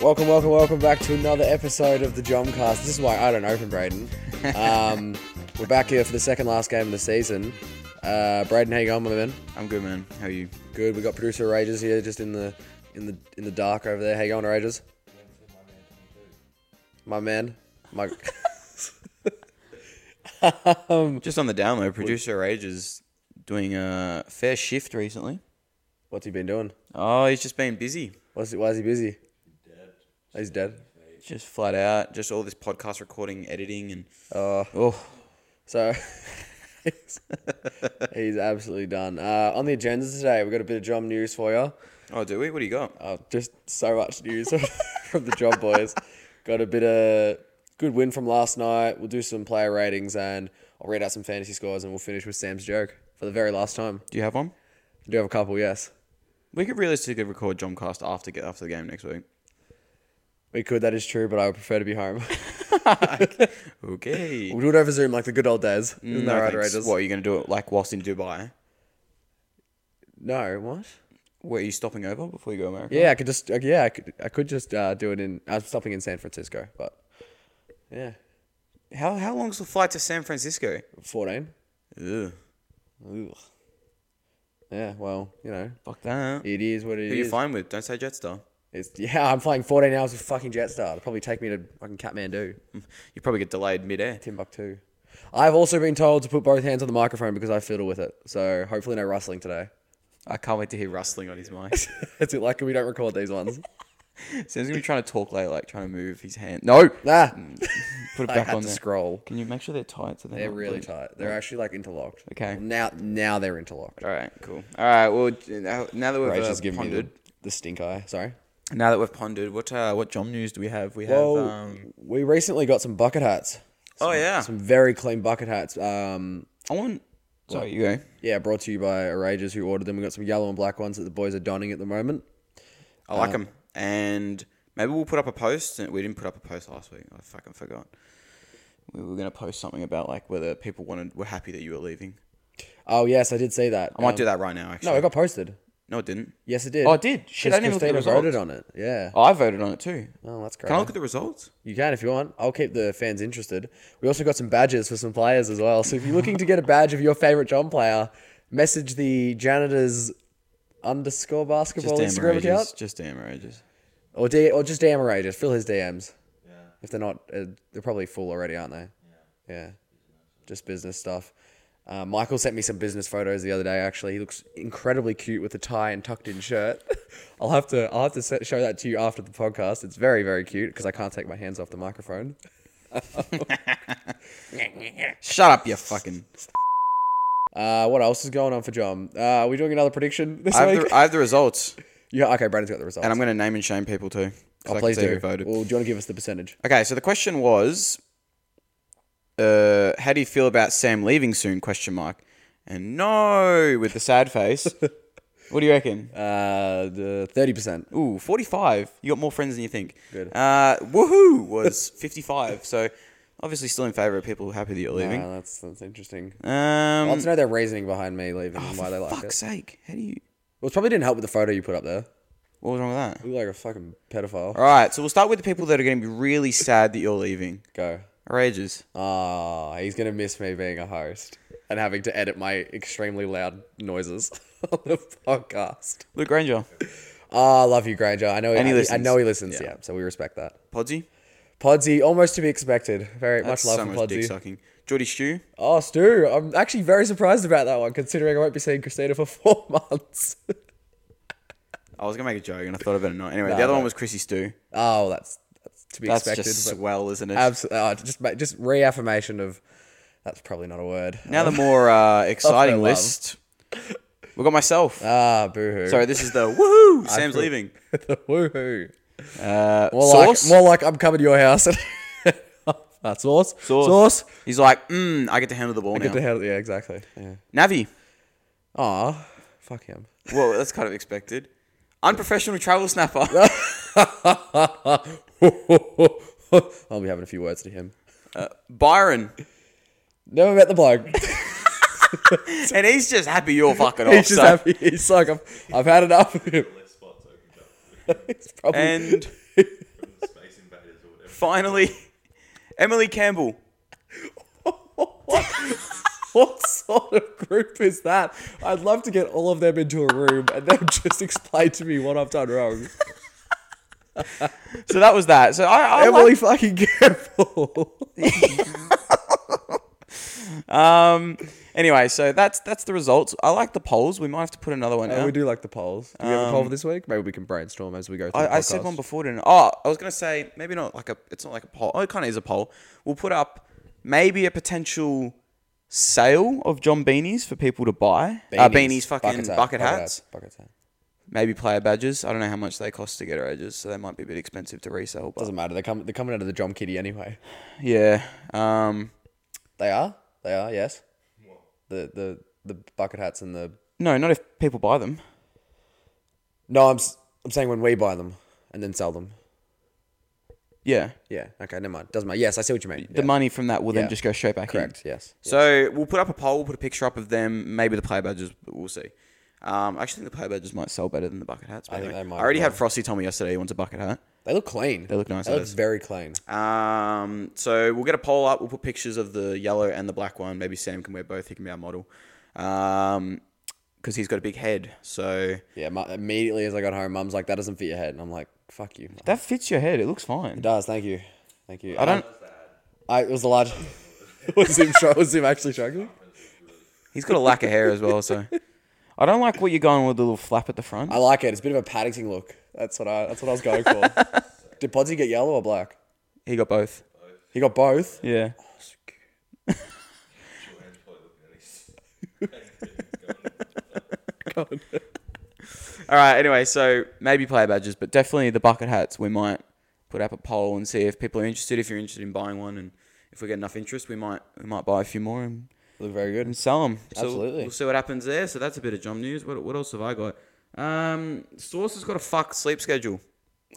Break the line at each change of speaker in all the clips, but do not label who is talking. Welcome, welcome, welcome back to another episode of the Jomcast. This is why I don't open, Braden. Um, we're back here for the second last game of the season. Uh, Braden, how you going, my man?
I'm good, man. How are you?
Good. We got producer Rages here, just in the in the in the dark over there. How you going, Rages? My man, my
Just on the download, producer Rage is doing a fair shift recently.
what's he been doing?
Oh, he's just been busy.
What's he, why is he busy? Oh, He's dead.
Just flat out. Just all this podcast recording, editing, and
Oh,
oh,
So he's, he's absolutely done. Uh, on the agenda today, we've got a bit of job news for you.
oh, do we? What do you got?
Oh, just so much news from the job boys. Got a bit of good win from last night. We'll do some player ratings and I'll read out some fantasy scores and we'll finish with Sam's joke for the very last time.
Do you have one?
I do have a couple, yes.
We could realistically record Jomcast after after the game next week.
We could, that is true, but I would prefer to be home.
Okay.
we'll do it over Zoom like the good old days. Isn't that
No
right,
thanks.
Raiders?
What are you going to do it like whilst in Dubai?
No, what?
Where are you stopping over before you go to America?
Yeah, I could just, uh, yeah, I could, I could just uh, do it in, I'm stopping in San Francisco, but yeah,
How how long's the flight to San Francisco?
14.
Ugh,
Ugh. Yeah, well, you know,
fuck that.
it is what it is.
Who you flying with? Don't say Jetstar.
It's, yeah, I'm flying 14 hours with fucking Jetstar. It'll probably take me to fucking Kathmandu,
You probably get delayed mid-air.
Timbuktu. I've also been told to put both hands on the microphone because I fiddle with it. So hopefully no rustling today.
I can't wait to hear rustling on his mic.
It's like we don't record these ones.
Mm, Sam's gonna be trying to talk later, like trying to move his hand. No,
nah,
put it
I
back
had
on
to
there.
scroll.
Can you make sure they're tight? So they're,
They're
not
really
bleeding?
tight. They're actually like interlocked.
Okay.
Now, now they're interlocked.
All right, cool. All right, well, now, now that we've
Rach
uh,
has given me the,
pondered,
the stink eye. Sorry.
now that we've pondered, what uh, what job news do we have? We have.
Well,
um,
Oh, we recently got some bucket hats.
oh yeah,
Some very clean bucket hats. Um,
I want. Sorry, you go.
Yeah, brought to you by Arages who ordered them. We got some yellow and black ones that the boys are donning at the moment.
I like 'em. and maybe we'll put up a post. We didn't put up a post last week. I fucking forgot. We were gonna post something about like whether people wanted were happy that you were leaving.
Oh yes, I did see that. Um,
I might do that right now. Actually,
No, it got posted.
no, it didn't.
Yes, it did.
Oh, it did? Shit,
'Cause
I didn't even look at the
Christina voted
results.
on it. Yeah.
Oh, I voted on it too. Uh,
Oh, that's great.
Can I look at the results?
you can if you want. I'll keep the fans interested. We also got some badges for some players as well. So if you're looking to get a badge of your favorite John player, message the janitors underscore basketball Instagram
outrageous.
account
Just damn outrageous.
or D- or just DM Arages. Fill his DMs. Yeah. If they're not, uh, they're probably full already, aren't they? Yeah. Yeah. Just business stuff. Uh, Michael sent me some business photos the other day. Actually, he looks incredibly cute with a tie and tucked in shirt. I'll have to I'll have to se- show that to you after the podcast. It's very very cute because I can't take my hands off the microphone.
Shut up, you fucking.
Uh, what else is going on for John? Uh, are we doing another prediction this
I have,
week?
the, I have the results,
yeah. Okay, Brandon's got the results.
and I'm going to name and shame people too. 'cause I
oh,
can
please
see
do.
who voted.
Well, do you want to give us the percentage?
Okay, so the question was, uh, how do you feel about Sam leaving soon? Question mark. And no, with the sad face. what do you reckon?
Uh, the thirty percent.
Ooh, 45. You got more friends than you think.
Good.
Uh, woohoo was 55. So obviously still in favor of people who are happy that you're leaving.
Uh, that's that's interesting.
Um,
I want to know their reasoning behind me leaving and why they like
Oh, fuck's
it.
sake. How do you?
Well, it probably didn't help with the photo you put up there.
What was wrong with that?
You look like a fucking pedophile.
All right, so we'll start with the people that are going to be really sad that you're leaving.
Go.
Rages.
Ah, he's gonna miss me being a host and having to edit my extremely loud noises on the podcast.
Luke Granger.
Ah, love you, Granger. I know.
And he
I, I
listens.
know he listens. Yeah.
Yeah.
so we respect that.
Podsy.
Podsy, almost to be expected. Very
That's
much
so
love
much
for
dick
Podsy.
sucking. Geordie Stew.
Oh, Stu, I'm actually very surprised about that one, considering I won't be seeing Christina for four months.
I was going to make a joke and I thought I better not. Anyway,
Nah,
the other
no.
one was Chrissy Stew.
oh, that's that's to be
That's
expected.
just
but-
swell, isn't it?
Absolutely. Oh, just ma- just reaffirmation of that's probably not a word.
now the more uh, exciting
love.
list. We've got myself.
Ah, boohoo.
Sorry, this is the woohoo! Sam's
feel-
leaving.
the woohoo.
Uh,
More
sauce.
like more like I'm coming to your house. And Ah, sauce. Sauce. Sauce.
He's like, mm, I get to handle the ball now.
Get the hell. Yeah, exactly. Yeah.
Navi.
Aw, fuck him.
Well, that's kind of expected. Unprofessional travel snapper.
I'll be having a few words to him.
Uh, Byron.
Never met the bloke.
And he's just happy you're fucking off.
He's just
so-
happy. He's like, I've, I've had enough of him. It's probably,
And Finally, Emily Campbell.
What sort of group is that? I'd love to get all of them into a room and then just explain to me what I've done wrong.
So that was that. So I, I
Emily fucking Campbell.
Um. Anyway, so that's that's the results. I like the polls. We might have to put another one
Yeah,
out.
we do like the polls. Do we have a poll for this week? Maybe we can brainstorm as we go through. the
I, I said
podcast.
one before, didn't I? Oh, I was gonna say maybe not like a. It's not like a poll. Oh, it kind of is a poll. We'll put up maybe a potential sale of John Beanies for people to buy. Beanies, uh, beanies fucking bucket,
hat,
hats.
hat, bucket hat.
Maybe player badges. I don't know how much they cost to get our edges, so they might be a bit expensive to resell. But
Doesn't matter. They're coming. They're coming out of the drum kitty anyway.
yeah, um,
They are. They are. Yes. The the the bucket hats and the
no, not if people buy them.
no. I'm s- I'm saying when we buy them and then sell them.
Yeah,
Yeah. Okay. Never mind. Doesn't matter. Yes, I see what you mean.
the
Yeah,
money from that will
Yeah.
then just go straight back in.
correct. Yes.
So we'll put up a poll, we'll put a picture up of them, maybe the player badges, but we'll see. Um, I actually think the player badges might sell better than the bucket hats. by the
think
way.
they might
I already
as
had Frosty tell me yesterday he wants a bucket hat.
They look clean. They
look nice,
They look
those.
very clean.
Um, so we'll get a poll up. We'll put pictures of the yellow and the black one. Maybe Sam can wear both. He can be our model. Um, because he's got a big head. So
Yeah. mu immediately as I got home, Mum's like, "That doesn't fit your head," and I'm like, "Fuck you." It
that fits your head. It looks fine.
does. Thank you. Thank you.
I don't.
I it was the large. was him? str- Was him actually struggling?
He's got a lack of hair as well. So I don't like what you're going with the little flap at the front.
I like it. It's a bit of a Paddington look. That's what I. That's what I was going for. Did Podsy get yellow or black?
He got both.
He got both.
Yeah. All right. Anyway, so maybe player badges, but definitely the bucket hats. We might put up a poll and see if people are interested. If you're interested in buying one, and if we get enough interest, we might we might buy a few more and,
Look very good.
and sell them. So
Absolutely.
We'll see what happens there. So that's a bit of John news. What what else have I got? Um, Source has got a fuck sleep schedule.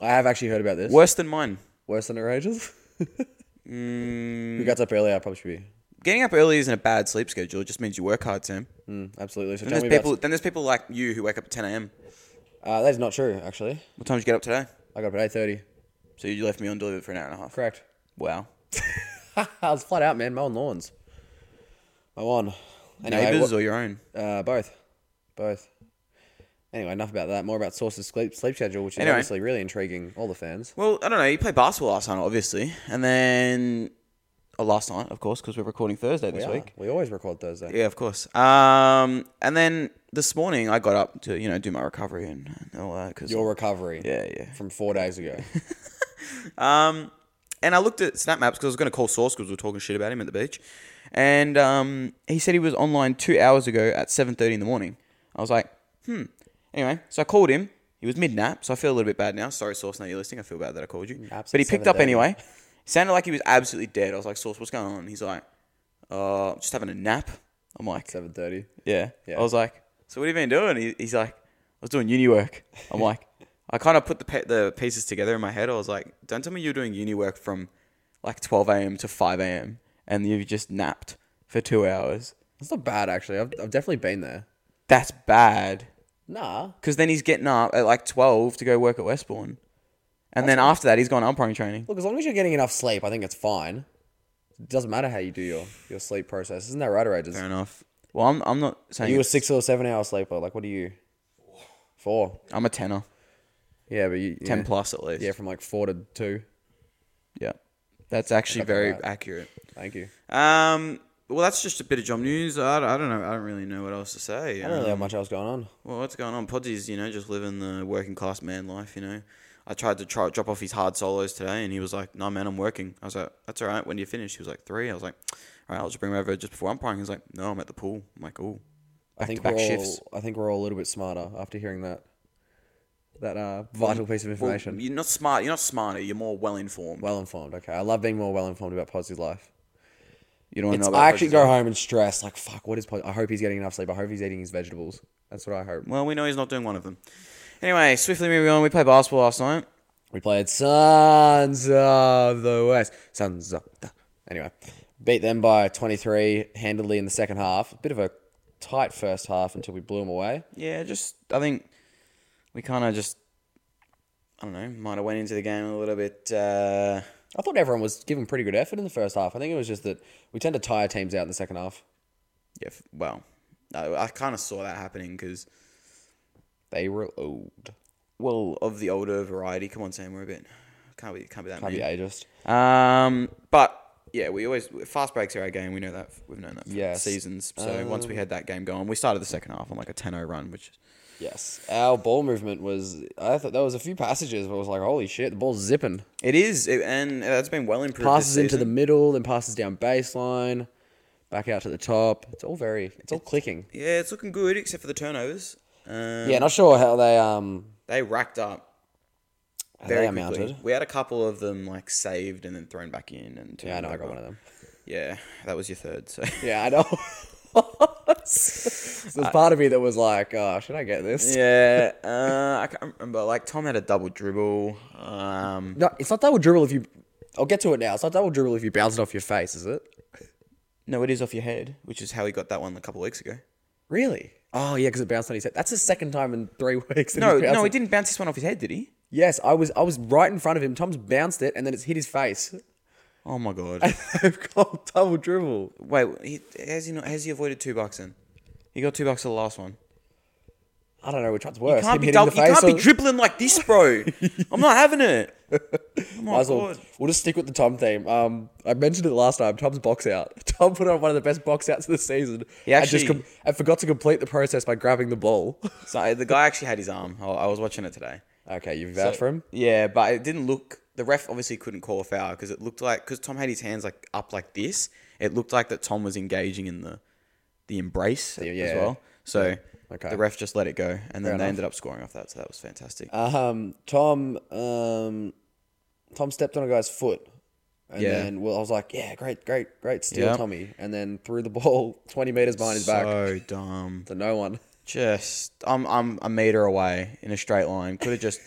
I have actually heard about this.
Worse than mine.
Worse than it rages.
Mm,
Who got up earlier? I probably should be.
getting up early isn't a bad sleep schedule. It just means you work hard, Sam.
Mm, absolutely. So
Then
tell
there's
me
people.
about.
Then there's people like you who wake up at 10 a.m.
Uh, that is not true. Actually,
What time did you get up today?
I got up at eight thirty.
So you left me undelivered for an hour and a half.
Correct.
Wow.
Ah, I was flat out, man. Mowing lawns. Mow on. Anyway,
Neighbors
wha-
or your own?
uh, both, both. Anyway, enough about that. More about Source's sleep, sleep schedule, which is
Anyway.
obviously really intriguing all the fans.
Well, I don't know. You played basketball last night, obviously, and then oh, last night, of course, because we're recording Thursday this
Yeah,
week.
we always record Thursday.
Yeah, of course. Um, and then this morning I got up to you know do my recovery and, and all that because yeah,
Your recovery
yeah.
from four days ago.
Um, and I looked at Snap Maps because I was going to call Source because we were talking shit about him at the beach, and um, he said he was online two hours ago at seven thirty in the morning. I was like, hmm. Anyway, so I called him. He was mid nap, so I feel a little bit bad now. Sorry, Source, now you're listening. I feel bad that I called you,
Naps
but he
at
picked up
7:30.
anyway. Sounded like he was absolutely dead. I was like, Source, what's going on? He's like, uh, just having a nap. I'm like,
Seven thirty.
yeah.
Yeah.
I was like, so what have you been doing? He, he's like, I was doing uni work. I'm like, I kind of put the pe- the pieces together in my head. I was like, don't tell me you're doing uni work from like 12 a.m. to 5 a.m. and you've just napped for two hours.
That's not bad actually. I've, I've definitely been there.
That's bad.
Nah.
Because then he's getting up at like 12 to go work at Westbourne. And then after that, he's gone umpiring training.
Look, as long as you're getting enough sleep, I think it's fine. It doesn't matter how you do your, your sleep process. Isn't that right, Rages?
Fair enough. Well, I'm, I'm not
Are
saying
you a
it's-
six or seven hour sleeper? Like, what are you? Four.
I'm a tenor,
Yeah, but you.
10
yeah.
plus at least.
Yeah, from like four to two.
yeah. That's actually very
right.
accurate.
Thank you.
Um, well, that's just a bit of job news. I, I don't know. I don't really know what else to say.
I don't really
Um,
have much else going on.
Well, what's going on? Podsy's, you know, just living the working class man life. You know, I tried to try, drop off his hard solos today, and he was like, "No, man, I'm working." I was like, "That's all right. When do you finish?" He was like, three. I was like, "All right, I'll just bring him over just before umpiring." He's like, "No, I'm at the pool." I'm like, "Oh,
I think
back
we're all.
shifts.
I think we're all a little bit smarter after hearing that. That uh, vital piece of
well,
information.
you're not smart. You're not smarter. You're more well informed."
Well informed. Okay, I love being more well informed about Podsy's life.
you don't
It's-
know. About
I actually
Podsy's
go
life.
home and stress like fuck. What is? Pod- I hope he's getting enough sleep. I hope he's eating his vegetables. That's what I hope.
Well, we know he's not doing one of them. Anyway, swiftly moving on. We played basketball last night.
We played Sons of the West. Sons of the. Anyway, beat them by 23 handily in the second half. A bit of a tight first half until we blew them away.
Yeah, just I think we kind of just I don't know might have went into the game a little bit uh,
I thought everyone was giving pretty good effort in the first half. I think it was just that we tend to tire teams out in the second half.
Yeah, f- well, I, I kind of saw that happening because,
They were old.
well, of the older variety. Come on, Sam, we're a bit. Can't be, can't be that
Can't
many.
be ageist.
Um, but yeah, we always fast breaks are our game. We know that we've known that for
Yes. Um,
seasons. So once we had that game going, we started the second half on like a 10-0 run, which
Yes. Our ball movement was. I thought there was a few passages where I was like, holy shit, the ball's zipping.
it is, it, and that's been well improved.
Passes into the middle, then passes down baseline, back out to the top. It's all very. It's all clicking.
the yeah, it's looking good except for the turnovers. Um,
Yeah, not sure how they um
they racked up.
how
Very
they
quickly.
amounted.
We had a couple of them like saved and then thrown back in, and
Yeah, I know I got one of them.
Yeah, that was your third. So
Yeah, I know. There's part of me that was like, oh, should I get this?
yeah, uh, I can't remember. Like Tom had a double dribble. Um,
No, it's not double dribble if you. I'll get to it now. It's not double dribble if you bounce it off your face, is it?
no, it is off your head, which is how he got that one a couple of weeks ago.
Really? Oh yeah, because it bounced on his head. That's the second time in three weeks. that
No,
he's bounced
no, he
it.
didn't bounce this one off his head, did he?
Yes, I was. I was right in front of him. Tom's bounced it, and then it's hit his face.
Oh my god!
They've got double dribble.
Wait, he, has he not? Has he avoided two bucks then? He got two bucks for the last one.
I don't know which one's worse.
Can't
him
be
hitting
double,
the
you
face
can't be
or-
dribbling like this, bro. I'm not having it. Oh my
Might as well,
god!
we'll just stick with the Tom theme. Um, I mentioned it last time. Tom's box out. Tom put on one of the best box outs of the season.
He
and, just
actually-
com- and forgot to complete the process by grabbing the ball.
So the guy actually had his arm. Oh, I, I was watching it today.
okay, you vouched for him.
Yeah, but it didn't look. The ref obviously couldn't call a foul because it looked like because Tom had his hands like up like this. It looked like that Tom was engaging in the the embrace as
yeah.
well. So
Okay.
the ref just let it go, and then they
enough.
ended up scoring off that. So that was fantastic.
Um, Tom, um, Tom stepped on a guy's foot, and
Yeah.
then well, I was like, yeah, great, great, great steal,
Yep.
Tommy, and then threw the ball twenty meters behind his back
so dumb.
to no one.
Just I'm I'm a meter away in a straight line. Could have just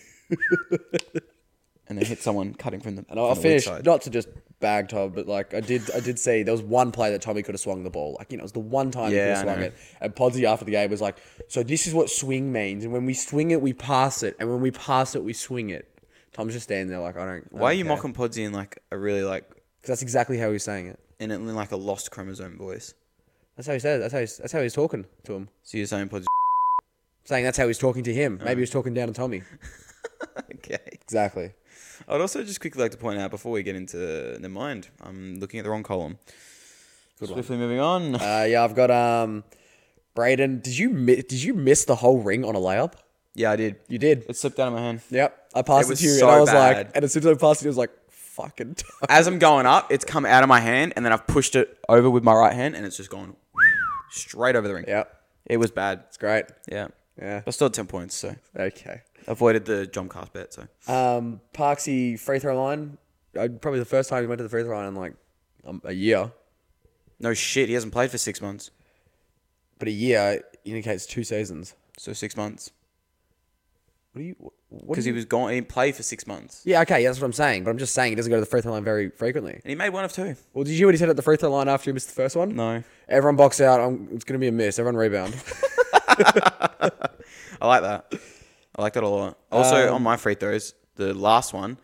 and then hit someone cutting from the.
And I'll finish not to just bag Tom, but like I did, I did say there was one play that Tommy could have swung the ball. Like you know, it was the one time
Yeah,
he could
I
have swung
know.
it. And Podsy after the game was like, "So this is what swing means, and when we swing it, we pass it, and when we pass it, we swing it." Tom's just standing there like, "I don't."
Why are you mocking Podsy in like a really like
Because that's exactly how he was saying it.
in, in like a lost chromosome voice?
That's how he said it. That's how he's, that's how he's talking to him.
So you're saying Podsy?
saying that's how he's talking to him. Maybe he was talking down to Tommy.
okay.
Exactly.
I'd also just quickly like to point out before we get into the mind, I'm looking at the wrong column. Swiftly moving on.
Uh, yeah, I've got um, Braden. Did you mi- did you miss the whole ring on a layup?
yeah, I did.
You did.
It slipped out of my hand.
Yep, I passed
It
it,
was
to you,
so
and I was
bad.
like, and as soon as I passed it, I was like, fucking. Tom.
As I'm going up, it's come out of my hand, and then I've pushed it over with my right hand, and it's just gone straight over the ring.
Yep,
It was bad.
it's great.
Yeah.
Yeah.
But still had 10 points, so.
Okay.
Avoided the jump cast bet, so.
Um, Parksy free throw line. Uh, probably the first time he went to the free throw line in like um, a year,
No shit, he hasn't played for six months.
but a year indicates two seasons.
So six months.
What do you? What? do
Because he
you-
was gone, he didn't play for six months.
yeah, okay, yeah, that's what I'm saying. But I'm just saying he doesn't go to the free throw line very frequently.
And he made one of two.
Well, did you hear what he said at the free throw line after he missed the first one?
No.
Everyone box out. I'm, it's going to be a miss. Everyone rebound.
I like that. I like that a lot. Also, on my free throws, the last one,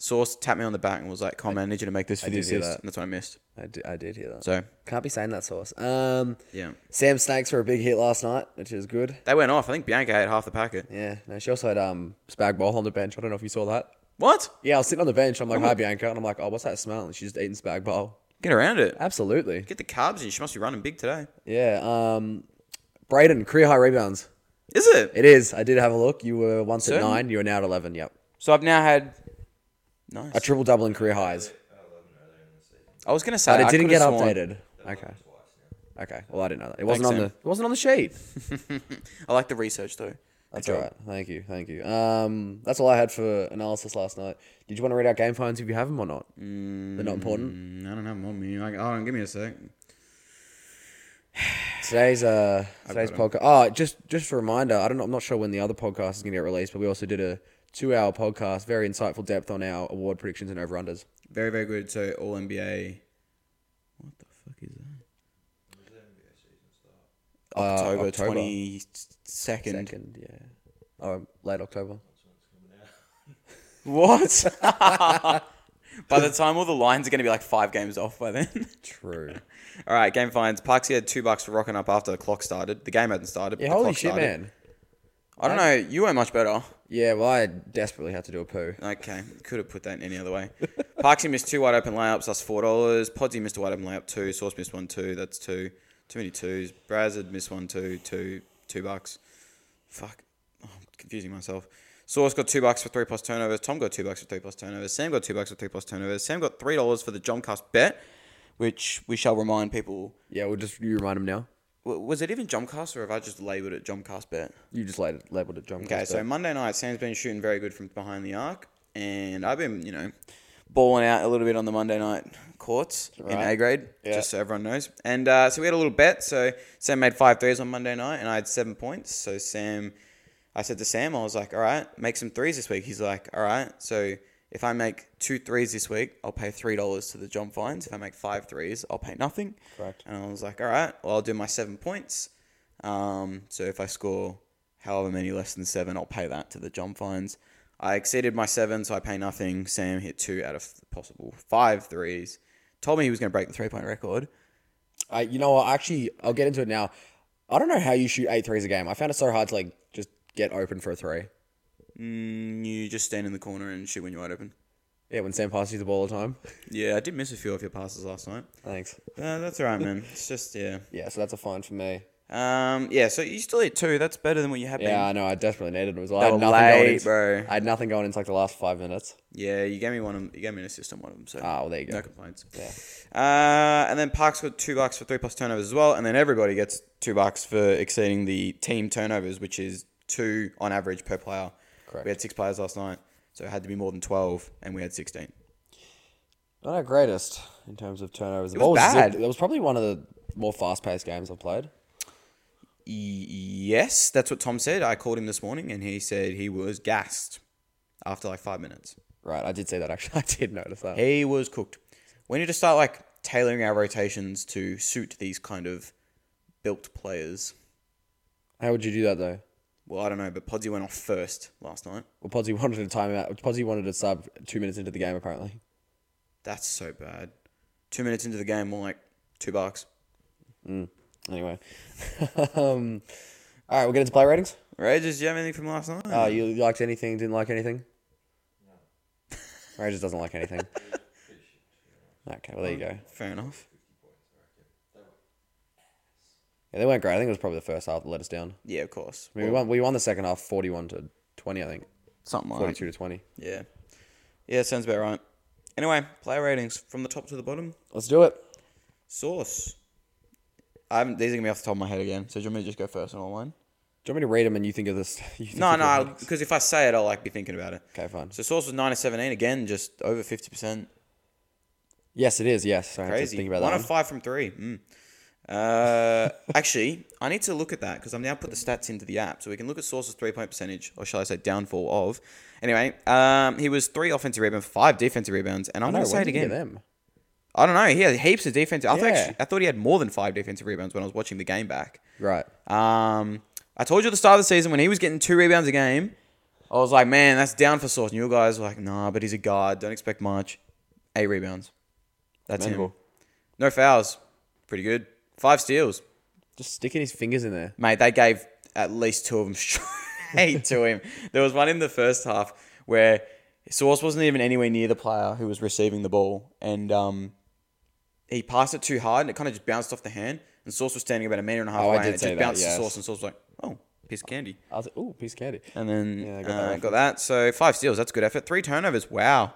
Source tapped me on the back and was like, "Come man, I need you to make this for the
did hear
assist."
that.
And that's what I missed.
I, did, I did hear that.
So
Can't be saying that source. Um,
yeah,
Sam Snakes were a big hit last night, which is good.
they went off. I think Bianca had half the packet.
Yeah. No, she also had um, Spag Bowl on the bench. I don't know if you saw that.
What?
Yeah, I was sitting on the bench. I'm like, hi, Bianca. And I'm like, oh, what's that smell? And she's just eating Spag Bowl.
Get around it.
Absolutely.
Get the carbs in. She must be running big today.
Yeah. Um, Braden, career high rebounds.
Is it?
It is. I did have a look. You were once at
Certain-
nine. You are now at 11. Yep.
So I've now had. Nice.
A triple double in career highs.
I was gonna say
But
I
it Oh, didn't
could've
get
sworn-
updated. Okay. Okay. Well, I didn't know that. It wasn't on
Sam.
the. It wasn't on the sheet.
I like the research though.
That's all right. Thank you. Thank you. Um, that's all I had for analysis last night. Did you want to read out game plans if you have them or not? They're not important.
Mm, I don't have one minute. Like, hold on, give me a sec.
Today's uh today's podcast. Oh, just just a reminder. I don't. know- I'm not sure when the other podcast is going to get released, but we also did a two hour podcast, very insightful depth on our award predictions and over unders.
Very very good. So all NBA. What the fuck is that? Uh, October,
Uh, October.
twenty second.
Second, yeah. Oh, late October.
What? By the time all the lines are going to be like five games off by then.
True.
all right, game finds. Parksy had two bucks for rocking up after the clock started. The game hadn't started. but
Yeah,
the
holy
clock
shit,
started.
man.
I don't know. You weren't much better.
Yeah, well, I desperately had to do a poo.
Okay, could have put that in any other way. Parksy missed two wide open layups, that's four dollars. Podsy missed a wide open layup, two. Sauce missed one, two. That's two. Too many twos. Brazzard missed one, two, two, two bucks. Fuck, oh, I'm confusing myself. Sauce got two bucks for three plus turnovers. Tom got two bucks for three plus turnovers. Sam got two bucks for three plus turnovers. Sam got three dollars for the John Cuss bet, which we shall remind people.
Yeah, we'll just you remind him now.
w- Was it even Jomcast or have I just labelled it Jomcast bet?
You just labeled, labeled it John.
Okay, so Monday night, Sam's been shooting very good from behind the arc, and I've been, you know, balling out a little bit on the Monday night courts in
Right.
A grade,
Yeah.
just so everyone knows. And uh, so we had a little bet. So Sam made five threes on Monday night, and I had seven points. So Sam, I said to Sam, I was like, all right, make some threes this week. He's like, all right, so. If I make two threes this week, I'll pay three dollars to the John Fines. If I make five threes, I'll pay nothing.
Correct.
And I was like, all right, well, I'll do my seven points. Um, so if I score however many less than seven, I'll pay that to the John Fines. I exceeded my seven, so I pay nothing. Sam hit two out of the possible five threes. Told me he was going to break the three point record.
I, you know what? Actually, I'll get into it now. I don't know how you shoot eight threes a game. I found it so hard to like just get open for a three.
Mm, you just stand in the corner and shoot when you're wide open.
Yeah, when Sam passes you the ball all the time.
Yeah, I did miss a few of your passes last night.
Thanks.
Uh, that's all right, man. It's just yeah.
Yeah, so that's a fine for me.
Um, yeah. So you still hit two. That's better than what you have
Yeah,
been.
I know. I desperately needed it. It was like, I had
were
nothing
late,
going into,
bro.
I had nothing going into like the last five minutes.
Yeah, you gave me one. Of, you gave me an assist on one of them. So
Ah, well, there you go.
No complaints. Uh, and then Parks got two bucks for three plus turnovers as well. And then everybody gets two bucks for exceeding the team turnovers, which is two on average per player.
Correct.
We had six players last night, so it had to be more than 12, and we had 16.
Not our greatest in terms of turnovers. It
was bad.
That was probably one of the more fast-paced games I've played.
Y- E, yes, that's what Tom said. I called him this morning, and he said he was gassed after like five minutes.
Right, I did see that actually. I did notice that.
He was cooked. We need to start like tailoring our rotations to suit these kind of built players.
How would you do that though?
Well, I don't know, but Podsy went off first last night.
Well, Podsy wanted a timeout. Podsy wanted a sub two minutes into the game apparently.
That's so bad. Two minutes into the game, more like two bucks.
Anyway, um, all right, we'll get into play ratings.
Rages, do you have anything from last night?
Uh, you liked anything? Didn't like anything? No. Rogers doesn't like anything. okay, well there you go.
Fair enough.
Yeah, they weren't great. I think it was probably the first half that let us down.
Yeah, of course.
I mean, we won. We won the second half, forty-one to twenty. I think
Something like
forty-two to twenty.
Yeah. Yeah, sounds about right. Anyway, player ratings from the top to the bottom.
Let's do it.
Source. I haven't, these are going to be off the top of my head again. So do you want me to just go first on all mine?
Do you want me to read them and you think of this? You think
No,
of your-
no, because if I say it, I'll like be thinking about it.
Okay, fine.
So Source was 9 to 17. Again, just over 50%.
Yes, it is. Yes, Sorry, I have to
Crazy.
think about
one
that.
of five from three. Mm. Uh, actually, I need to look at that because I've now put the stats into the app, so we can look at Source's three point percentage, or shall I say, downfall of. Anyway, um, he was three offensive rebounds, five defensive rebounds, and I'm
one. I
going
know,
to say
when
it
did you get
again.
Them.
I don't know. He had heaps of defensive. I, thought
Yeah.
actually, I thought he had more than five defensive rebounds when I was watching the game back.
Right.
Um, I told you at the start of the season when he was getting two rebounds a game, I was like, man, that's down for Source. And you guys were like, nah, but he's a guard. Don't expect much. Eight rebounds. That's him.
Commendable.
No fouls. Pretty good. Five steals.
Just sticking his fingers in there.
Mate, they gave at least two of them straight to him. There was one in the first half where Source wasn't even anywhere near the player who was receiving the ball. And um, he passed it too hard and it kind of just bounced off the hand. And Source was standing about a meter and a half
Oh, I
away
did
and it
see
just
that,
bounced
yes.
to Source. And Source was like, oh, piece of candy.
I was like, ooh, piece of candy.
And then
Yeah, I
got,
got
uh,
that
that
reference.
got that. So five steals. That's good effort. Three turnovers. Wow.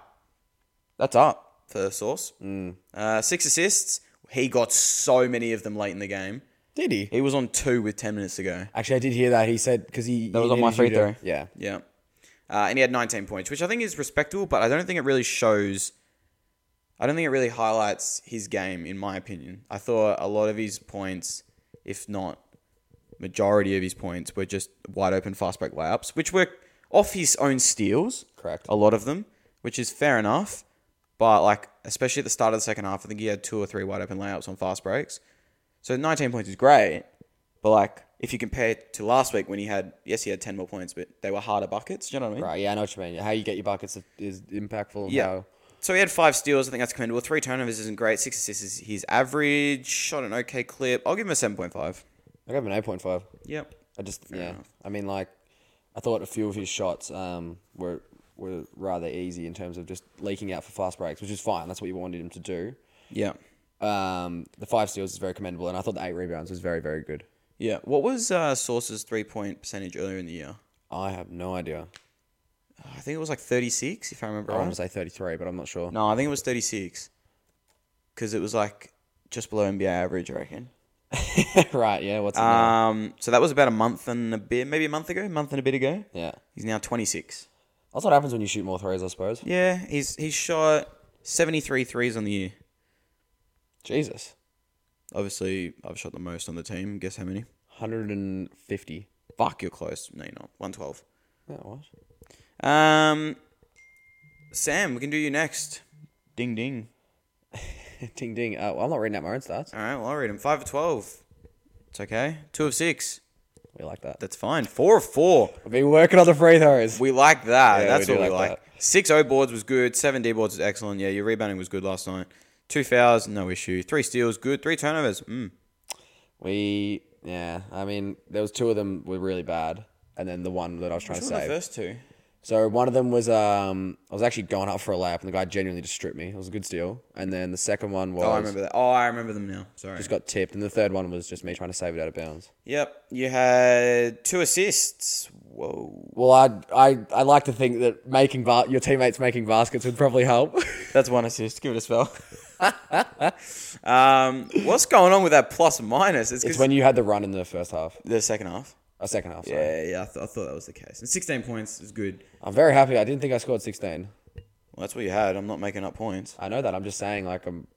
That's up for Source. Uh, six assists. He got so many of them late in the game.
Did he?
He was on two with 10 minutes to go.
Actually, I did hear that. He said because he that
was on my free throw.
Yeah,
Yeah. Uh, and he had 19 points, which I think is respectable, but I don't think it really shows. I don't think it really highlights his game, in my opinion. I thought a lot of his points, if not majority of his points, were just wide open fast break layups, which were off his own steals.
Correct.
A lot of them, which is fair enough. But, like, especially at the start of the second half, I think he had two or three wide open layups on fast breaks. So 19 points is great, but like if you compare it to last week when he had yes he had 10 more points, but they were harder buckets. Do you know what I mean?
right. Yeah, I know what you mean. How you get your buckets is- is impactful. And
Yeah.
How,
So he had five steals. I think that's commendable. Three turnovers isn't great. Six assists is his average. Shot an okay clip. I'll give him a seven point five.
I gave him an eight point five.
Yep.
I just yeah. I mean, like, I thought a few of his shots um, were were rather easy in terms of just leaking out for fast breaks, which is fine. That's what you wanted him to do.
Yeah.
Um, the five steals is very commendable, and I thought the eight rebounds was very very good.
Yeah. What was uh, Source's three point percentage earlier in the year?
I have no idea.
I think it was like thirty six, if I remember
I want
right.
to say thirty three, but I'm not sure.
No, I think it was thirty six, because it was like just below NBA average, I reckon.
right? Yeah. What's it now?
Um, so that was about a month and a bit, maybe a month ago, month and a bit ago.
Yeah.
He's now 26.
That's what happens when you shoot more threes, I suppose.
Yeah, he's he's shot 73 threes on the year.
Jesus,
Obviously, I've shot the most on the team. Guess how many?
hundred and fifty.
Fuck, you're close. No, you're not. 112.
Yeah, what?
Um, Sam, we can do you next. Ding ding.
ding ding. Uh, well, I'm not reading out my own stats.
All right, well, I'll read him. 5 of 12. It's okay. 2 of 6.
We like that.
That's fine. 4 of 4.
I've been working on the free throws.
We like that.
Yeah,
That's
we do
what we
like
like. Six O boards was good. Seven D boards was excellent. Yeah, your rebounding was good last night. Two fouls, no issue. Three steals, good. Three turnovers. Mm.
We yeah, I mean there was two of them were really bad, and then the one that I was trying to save.
first two.
So one of them was um I was actually going up for a layup, and the guy genuinely just stripped me. It was a good steal. And then the second one was
Oh, I remember that. Oh, I remember them now. Sorry.
just got tipped, and the third one was just me trying to save it out of bounds.
Yep. You had two assists. Whoa.
Well, I I I like to think that making ba- your teammates making baskets would probably help.
That's one assist. Give it a spell. um, what's going on with that plus and minus? It's, 'cause
it's when you had the run in the first half,
the second half.
a second half. Sorry.
Yeah, yeah. I, th- I thought that was the case. And 16 points is good.
I'm very happy. I didn't think I scored 16.
Well, that's what you had. I'm not making up points.
I know that. I'm just saying, like I'm,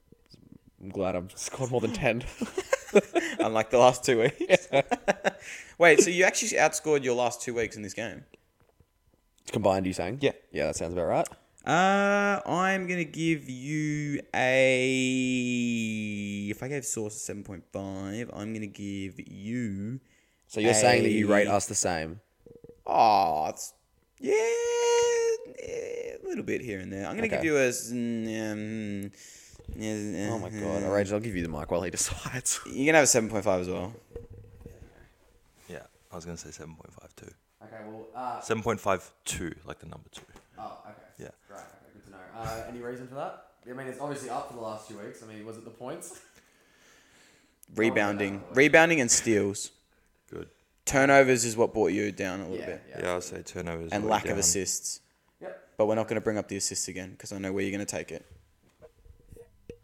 I'm glad I've scored more than 10.
unlike the last two weeks. Wait, so you actually outscored your last two weeks in this game?
Combined, you saying?
Yeah.
Yeah, that sounds about right.
Uh, I'm gonna give you a. If I gave Source a seven point five, I'm gonna give you.
So you're saying that you rate
a-
us the same?
Oh, it's yeah, eh, a little bit here and there. I'm gonna give
Okay.
you a. s- Um, yeah,
Oh my god!
Mm-hmm.
All right, I'll give you the mic while he decides.
You're gonna have a seven point five as well.
Yeah, I was gonna say seven point five two.
Okay. Well. Uh,
Seven point five two, like the number two.
oh. Okay.
Yeah.
Right. Okay, good to know. Uh, any reason for that? I mean, it's obviously up for the last two weeks. I mean, was it the points?
Rebounding, rebounding, and steals.
Good.
Turnovers is what brought you down a little bit.
Yeah, I'll say turnovers
and
were
lack of
down.
assists.
Yep.
But we're not going to bring up the assists again because I know where you're going to take it.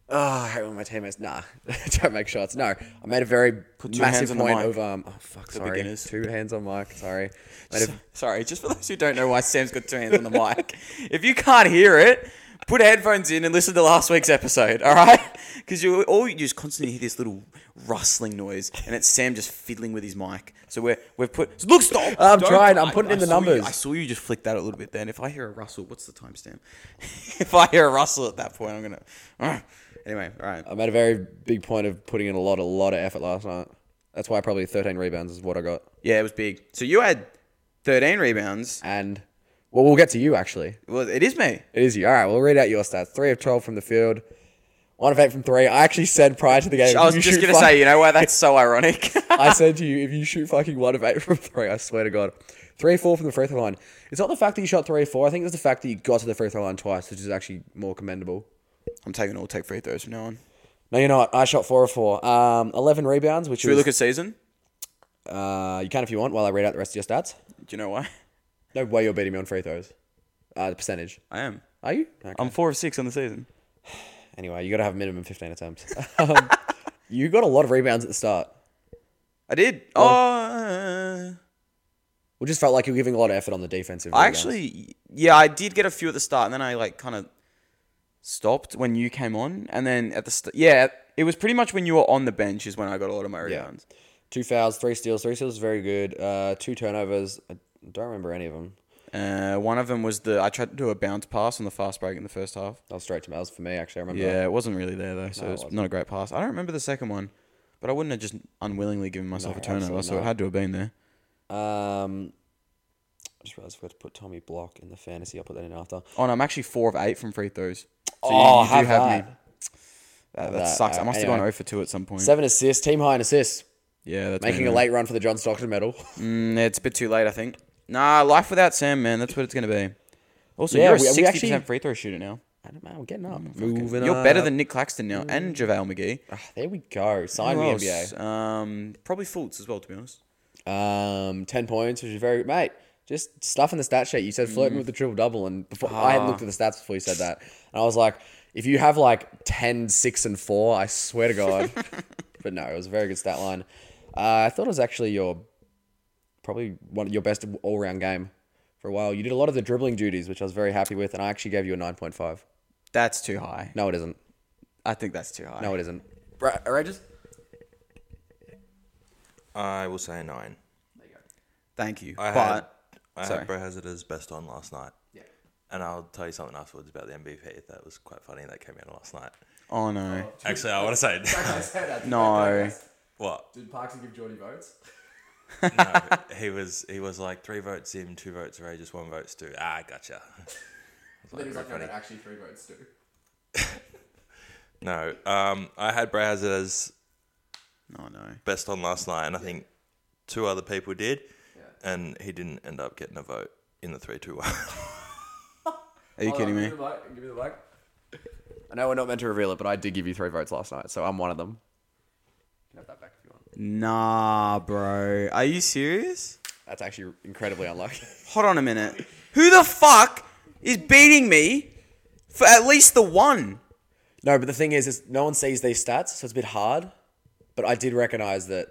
Oh, I hate when my teammates. Nah, don't make shots. No, I made a very
two
massive
hands on the
point
mic.
of um. Oh fuck! sorry.
beginners.
Two hands on mic. Sorry. Made a-
Sorry, just for those who don't know why Sam's got two hands on the mic. If you can't hear it, put headphones in and listen to last week's episode, all right? Because you all you just constantly hear this little rustling noise, and it's Sam just fiddling with his mic. So we're we've put look stop.
I'm
Don't-
trying, I'm putting in the
saw you-
numbers.
I saw you just flick that a little bit there. And if I hear a rustle, what's the timestamp? if I hear a rustle at that point, I'm gonna. uh, anyway, all right.
I made a very big point of putting in a lot, a lot of effort last night. That's why probably 13 rebounds is what I got.
Yeah, it was big. So you had 13 rebounds.
And well, we'll get to you actually.
Well, it is me.
It is you. All right, we'll read out your stats. Three of 12 from the field, one of eight from three. I actually said prior to the game.
I was
"You
just
shoot
going to
fuck-"
say, you know why that's so ironic?
I said to you, if you shoot fucking one of eight from three, I swear to God. Three, four from the free throw line. It's not the fact that you shot three, four. I think it's the fact that you got to the free throw line twice, which is actually more commendable.
I'm taking all take free throws from now on.
No, you're not. I shot four of four. Um, 11 rebounds, which
Do we
is.
look at season?
uh, you can if you want while I read out the rest of your stats.
Do you know why?
No way you're beating me on free throws. Uh, the percentage.
I am.
Are you? Okay.
I'm four of six on the season.
Anyway, you got to have minimum 15 attempts. um, you got a lot of rebounds at the start.
I did. Oh,
We just felt like you were giving a lot of effort on the defensive.
I
rebounds.
actually, yeah, I did get a few at the start, and then I like kind of stopped when you came on, and then at the st- yeah, it was pretty much when you were on the bench is when I got a lot of my rebounds.
two fouls, three steals. Three steals is very good. Uh, two turnovers. I don't remember any of them.
Uh, one of them was the I tried to do a bounce pass on the fast break in the first half.
That was straight to mouths for me. Actually, I remember. that.
Yeah, it wasn't really there though, so
it
it's
wasn't.
not a great pass. I don't remember the second one, but I wouldn't have just unwillingly given myself
No,
a turnover,
absolutely
so it
not.
had to have been there.
Um, I just realized I forgot to put Tommy Block in the fantasy. I'll put that in after.
Oh, no, I'm actually four of eight from free throws. So
Oh,
you,
have
you do have
that.
me. That, that
that.
sucks. I
Uh,
must have gone
anyway.
0 for 2 at some point.
Seven assists, team high in assists,
yeah, that's
making
me,
a
man.
late run for the John Stockton medal.
Mm, it's a bit too late, I think. Nah, life without Sam, man. That's what it's gonna be. Also,
Yeah,
you're a
we- we
sixty
actually-
percent free throw shooter now.
I don't know, I'm getting up. Moving
You're better
up.
than Nick Claxton now and JaVale McGee.
Ah, there we go. Sign
Who
me
else?
NBA.
Um, probably Fultz as well, to be honest.
Um, ten points, which is very mate. Just stuff in the stat sheet. You said flirting with the triple double, and before I hadn't looked at the stats before you said that, and I was like, if you have like 10, 6, and four, I swear to God. but no, it was a very good stat line. Uh, I thought it was actually your probably one your best all round game for a while. You did a lot of the dribbling duties, which I was very happy with, and I actually gave you a nine point five.
That's too high.
No, it isn't.
I think that's too high.
No, it isn't. Right, just
I will say a nine.
Thank you.
I
but
had I
sorry.
had Brett Hazard as best on last night. Yeah. And I'll tell you something afterwards about the MVP. That was quite funny. That came out last night.
oh no,
Actually, I want to say
no.
what
Did Parks give Geordie votes?
no, he was. He was like three votes him, two votes outrageous, one vote Stu. Ah, gotcha. It's like very funny.
actually three votes too.
No, um, I had Brett Hazard as
No, no.
best on last night, and I think two other people did, and he didn't end up getting a vote in the three, two, one.
Are you kidding me?
Give me the mic. I know we're not meant to reveal it, but I did give you three votes last night, so I'm one of them. You can have that back if you want.
Nah, bro. Are you serious?
That's actually incredibly unlucky.
Hold on a minute. Who the fuck is beating me for at least the one?
no, but the thing is, is no one sees these stats, so it's a bit hard. But I did recognize that.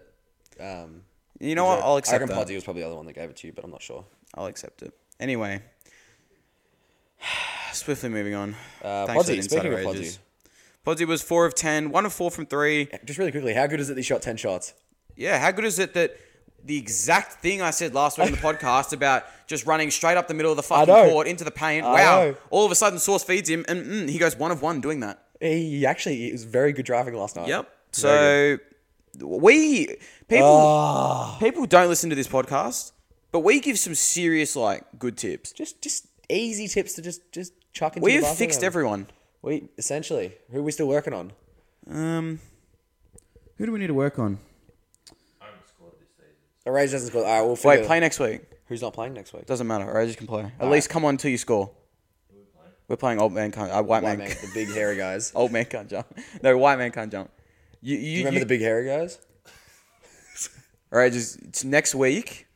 Um,
You know what? I'll
I
accept
reckon
that.
Podsy was probably the other one that gave it to you, but I'm not sure.
I'll accept it. Anyway, swiftly moving on.
Uh,
Thanks for
Podsy,
the
speaking of
insider
Podsy,
ages. Podsy was four of 10, one of four from three.
just really quickly, how good is it that he shot ten shots?
Yeah, how good is it that the exact thing I said last week in the podcast about just running straight up the middle of the fucking
know.
court into the paint?
I
wow!
know.
All of a sudden, Source feeds him, and mm, he goes one of one doing that.
He actually he was very good driving last night.
Yep.
Very
So we people
Ah.
people don't listen to this podcast, but we give some serious like good tips.
Just, just easy tips to just, just chuck into.
We
the
have
basket
fixed
now.
everyone.
We essentially who are we still working on?
Um, who do we need to work on?
Arrange doesn't score. All right, we'll figure.
Wait, play next week.
Who's not playing next week?
Doesn't matter. Or I just can play. At least come on until you score. We're playing old man can't. Uh, white,
White
man.
man, the big hairy guys.
old man can't jump. No, white man can't jump. You, you,
Do you remember the big hairy guys?
All right, just it's next week.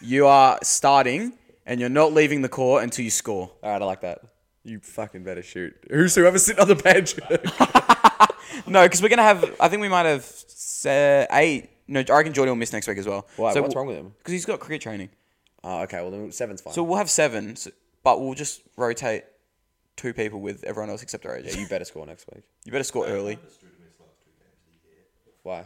You are starting, and you're not leaving the court until you score.
All right, I like that. You fucking better shoot. Who's whoever's sitting on the bench?
No, because we're gonna have. I think we might have uh, eight. No, I reckon Jordan will miss next week as well.
Why, what's wrong with him?
Because he's got cricket training.
oh, okay. Well, then seven's fine.
So we'll have seven, s- but we'll just rotate two people with everyone else except Rage.
yeah, you better score next week.
You better score early.
Why?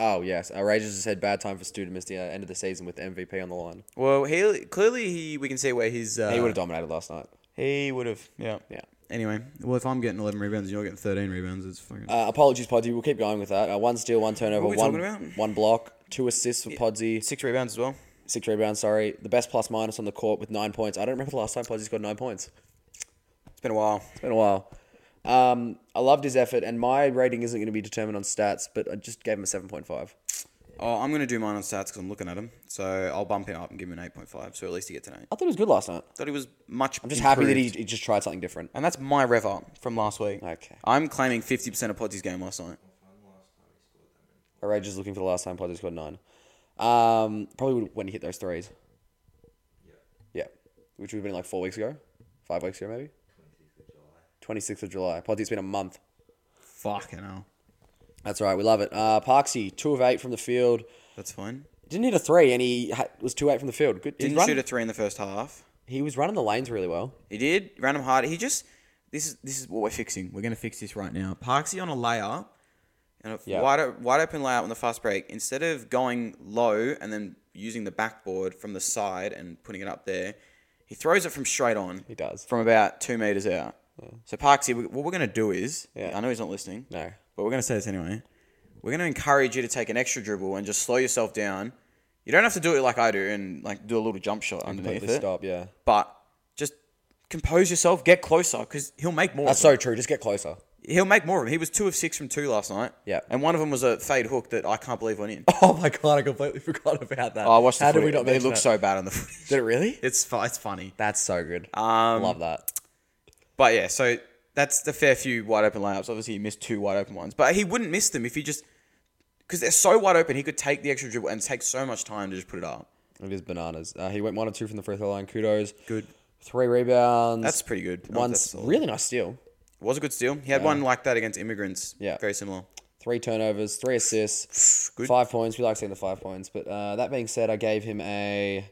Oh yes, outrageous has had bad time for Stu to miss the uh, end of the season with the MVP on the line.
Well, he clearly he we can see where his uh,
He would have dominated last night.
He would have. Yeah.
Yeah.
Anyway, well, if I'm getting 11 rebounds and you're getting 13 rebounds, it's fucking.
Uh, apologies, Podsy. We'll keep going with that. Uh, one steal, one turnover,
What were we
one
talking about?
one block, two assists for Podsy.
Six rebounds as well.
six rebounds. Sorry, the best plus minus on the court with nine points. I don't remember the last time Posey scored nine points.
It's been a while.
It's been a while. Um, I loved his effort, and my rating isn't going to be determined on stats, but I just gave him a seven point five.
Oh, I'm gonna do mine on stats because I'm looking at him. So I'll bump it up and give him an 8.5. So at least he gets an eight.
I thought he was good last night.
Thought he was much.
I'm just happy that he, he just tried something different.
And that's my rev up from last week.
Okay.
I'm claiming 50% of Podsy's game last night.
Outrageous looking for the last time Posey scored nine. Um, probably would when he hit those threes. Yeah, which would have been like four weeks ago, five weeks ago maybe. Twenty sixth of July. Posey, it's been a month.
Fucking hell.
That's right. We love it. Uh, Parksy, two of eight from the field.
That's fine.
Didn't hit a three, and he ha- was two eight from the field. Good.
Didn't
he, run-
shoot a three in the first half.
he was running the lanes really well.
He did. Random hard. He just. This is this is what we're fixing. We're gonna fix this right now. Parksy on a layup, and a
Yeah.
wide o- wide open layup on the fast break. Instead of going low and then using the backboard from the side and putting it up there, he throws it from straight on.
He does.
from about two meters out. So Parksy, we- what we're gonna do is,
Yeah.
I know he's not listening,
No.
but we're gonna say this anyway. We're gonna encourage you to take an extra dribble and just slow yourself down. You don't have to do it like I do and like do a little jump shot underneath
Completely
it
stop. Yeah.
but just compose yourself, get closer, because he'll make more.
That's
of them.
so true. Just get closer.
He'll make more of them. He was two of six from two last night.
Yeah.
and one of them was a fade hook that I can't believe went in.
Oh my god, I completely forgot about that.
Oh, I watched. The
How did we
footage.
not?
They
mention
look
that?
so bad on the footage.
Did it really?
It's fu- it's funny.
That's so good. Um, Love that.
But yeah, so that's the fair few wide open layups. Obviously, he missed two wide open ones, but he wouldn't miss them if he just because they're so wide open. He could take the extra dribble and take so much time to just put it up.
It is bananas. Uh, he went one or two from the free throw line. Kudos.
Good.
Three rebounds.
That's pretty good. No,
One
that's solid.
really nice steal.
It was a good steal. He had one like that against immigrants.
Yeah.
very similar.
Three turnovers. Three assists.
Good.
Five points. We like seeing the five points. But uh, that being said, I gave him a.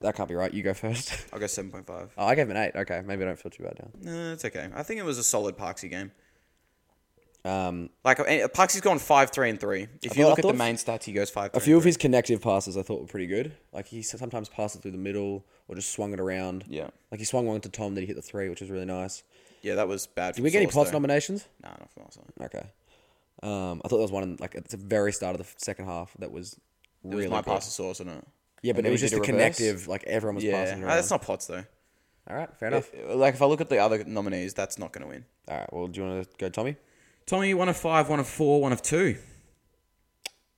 That can't be right. You go first.
I'll go seven point five.
oh, I gave him an eight. Okay, maybe I don't feel too bad now.
No, Eh, it's okay. I think it was a solid Parksy game.
Um,
Like and Parksy's gone five three and three. If
thought- I
you look at the
thought-
main stats, he goes five.
A few of his connective passes I thought were pretty good. Like he sometimes passed it through the middle or just swung it around.
Yeah.
Like he swung one to Tom that he hit the three, which was really nice.
Yeah, that was bad.
Did we get any Potts nominations?
Nah, not from last night.
Okay. Um, I thought there was one in, like at the very start of the second half that was
It
really
was my
good.
pass to source on it.
Yeah, but
And
it
then
was
he
just
did
a
a reverse.
connective. Like everyone was
Yeah,
passing
Ah,
around.
that's not Potts though.
All right, fair enough.
Like if I look at the other nominees, that's not going to win.
All right. Well, do you want to go, Tommy?
Tommy, one of five, one of four, one of two.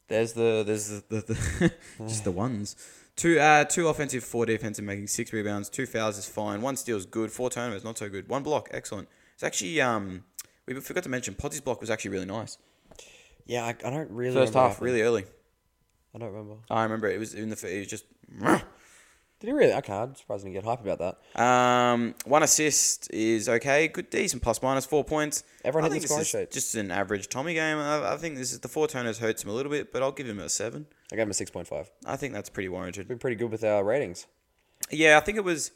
There's the there's the, the, the just the ones. Two uh two offensive, four defensive, making six rebounds, two fouls is fine, one steal is good, four turnovers not so good, one block excellent. It's actually um we forgot to mention Potty's block was actually really nice.
Yeah, I, I don't really.
First
remember what
half
happened.
really early.
I don't remember.
I remember it was in the fir- it was just
Did he really? Okay, I'm surprised I didn't get hype about that.
um one assist is okay, good decent plus minus four points.
Everyone
I
hit the
think
score
this is
sheet.
Just an average Tommy game. I, I think this is the four turnovers hurts him a little bit, but I'll give him a seven.
I gave him a six point five.
I think that's pretty warranted.
Been pretty good with our ratings.
Yeah, I think it was.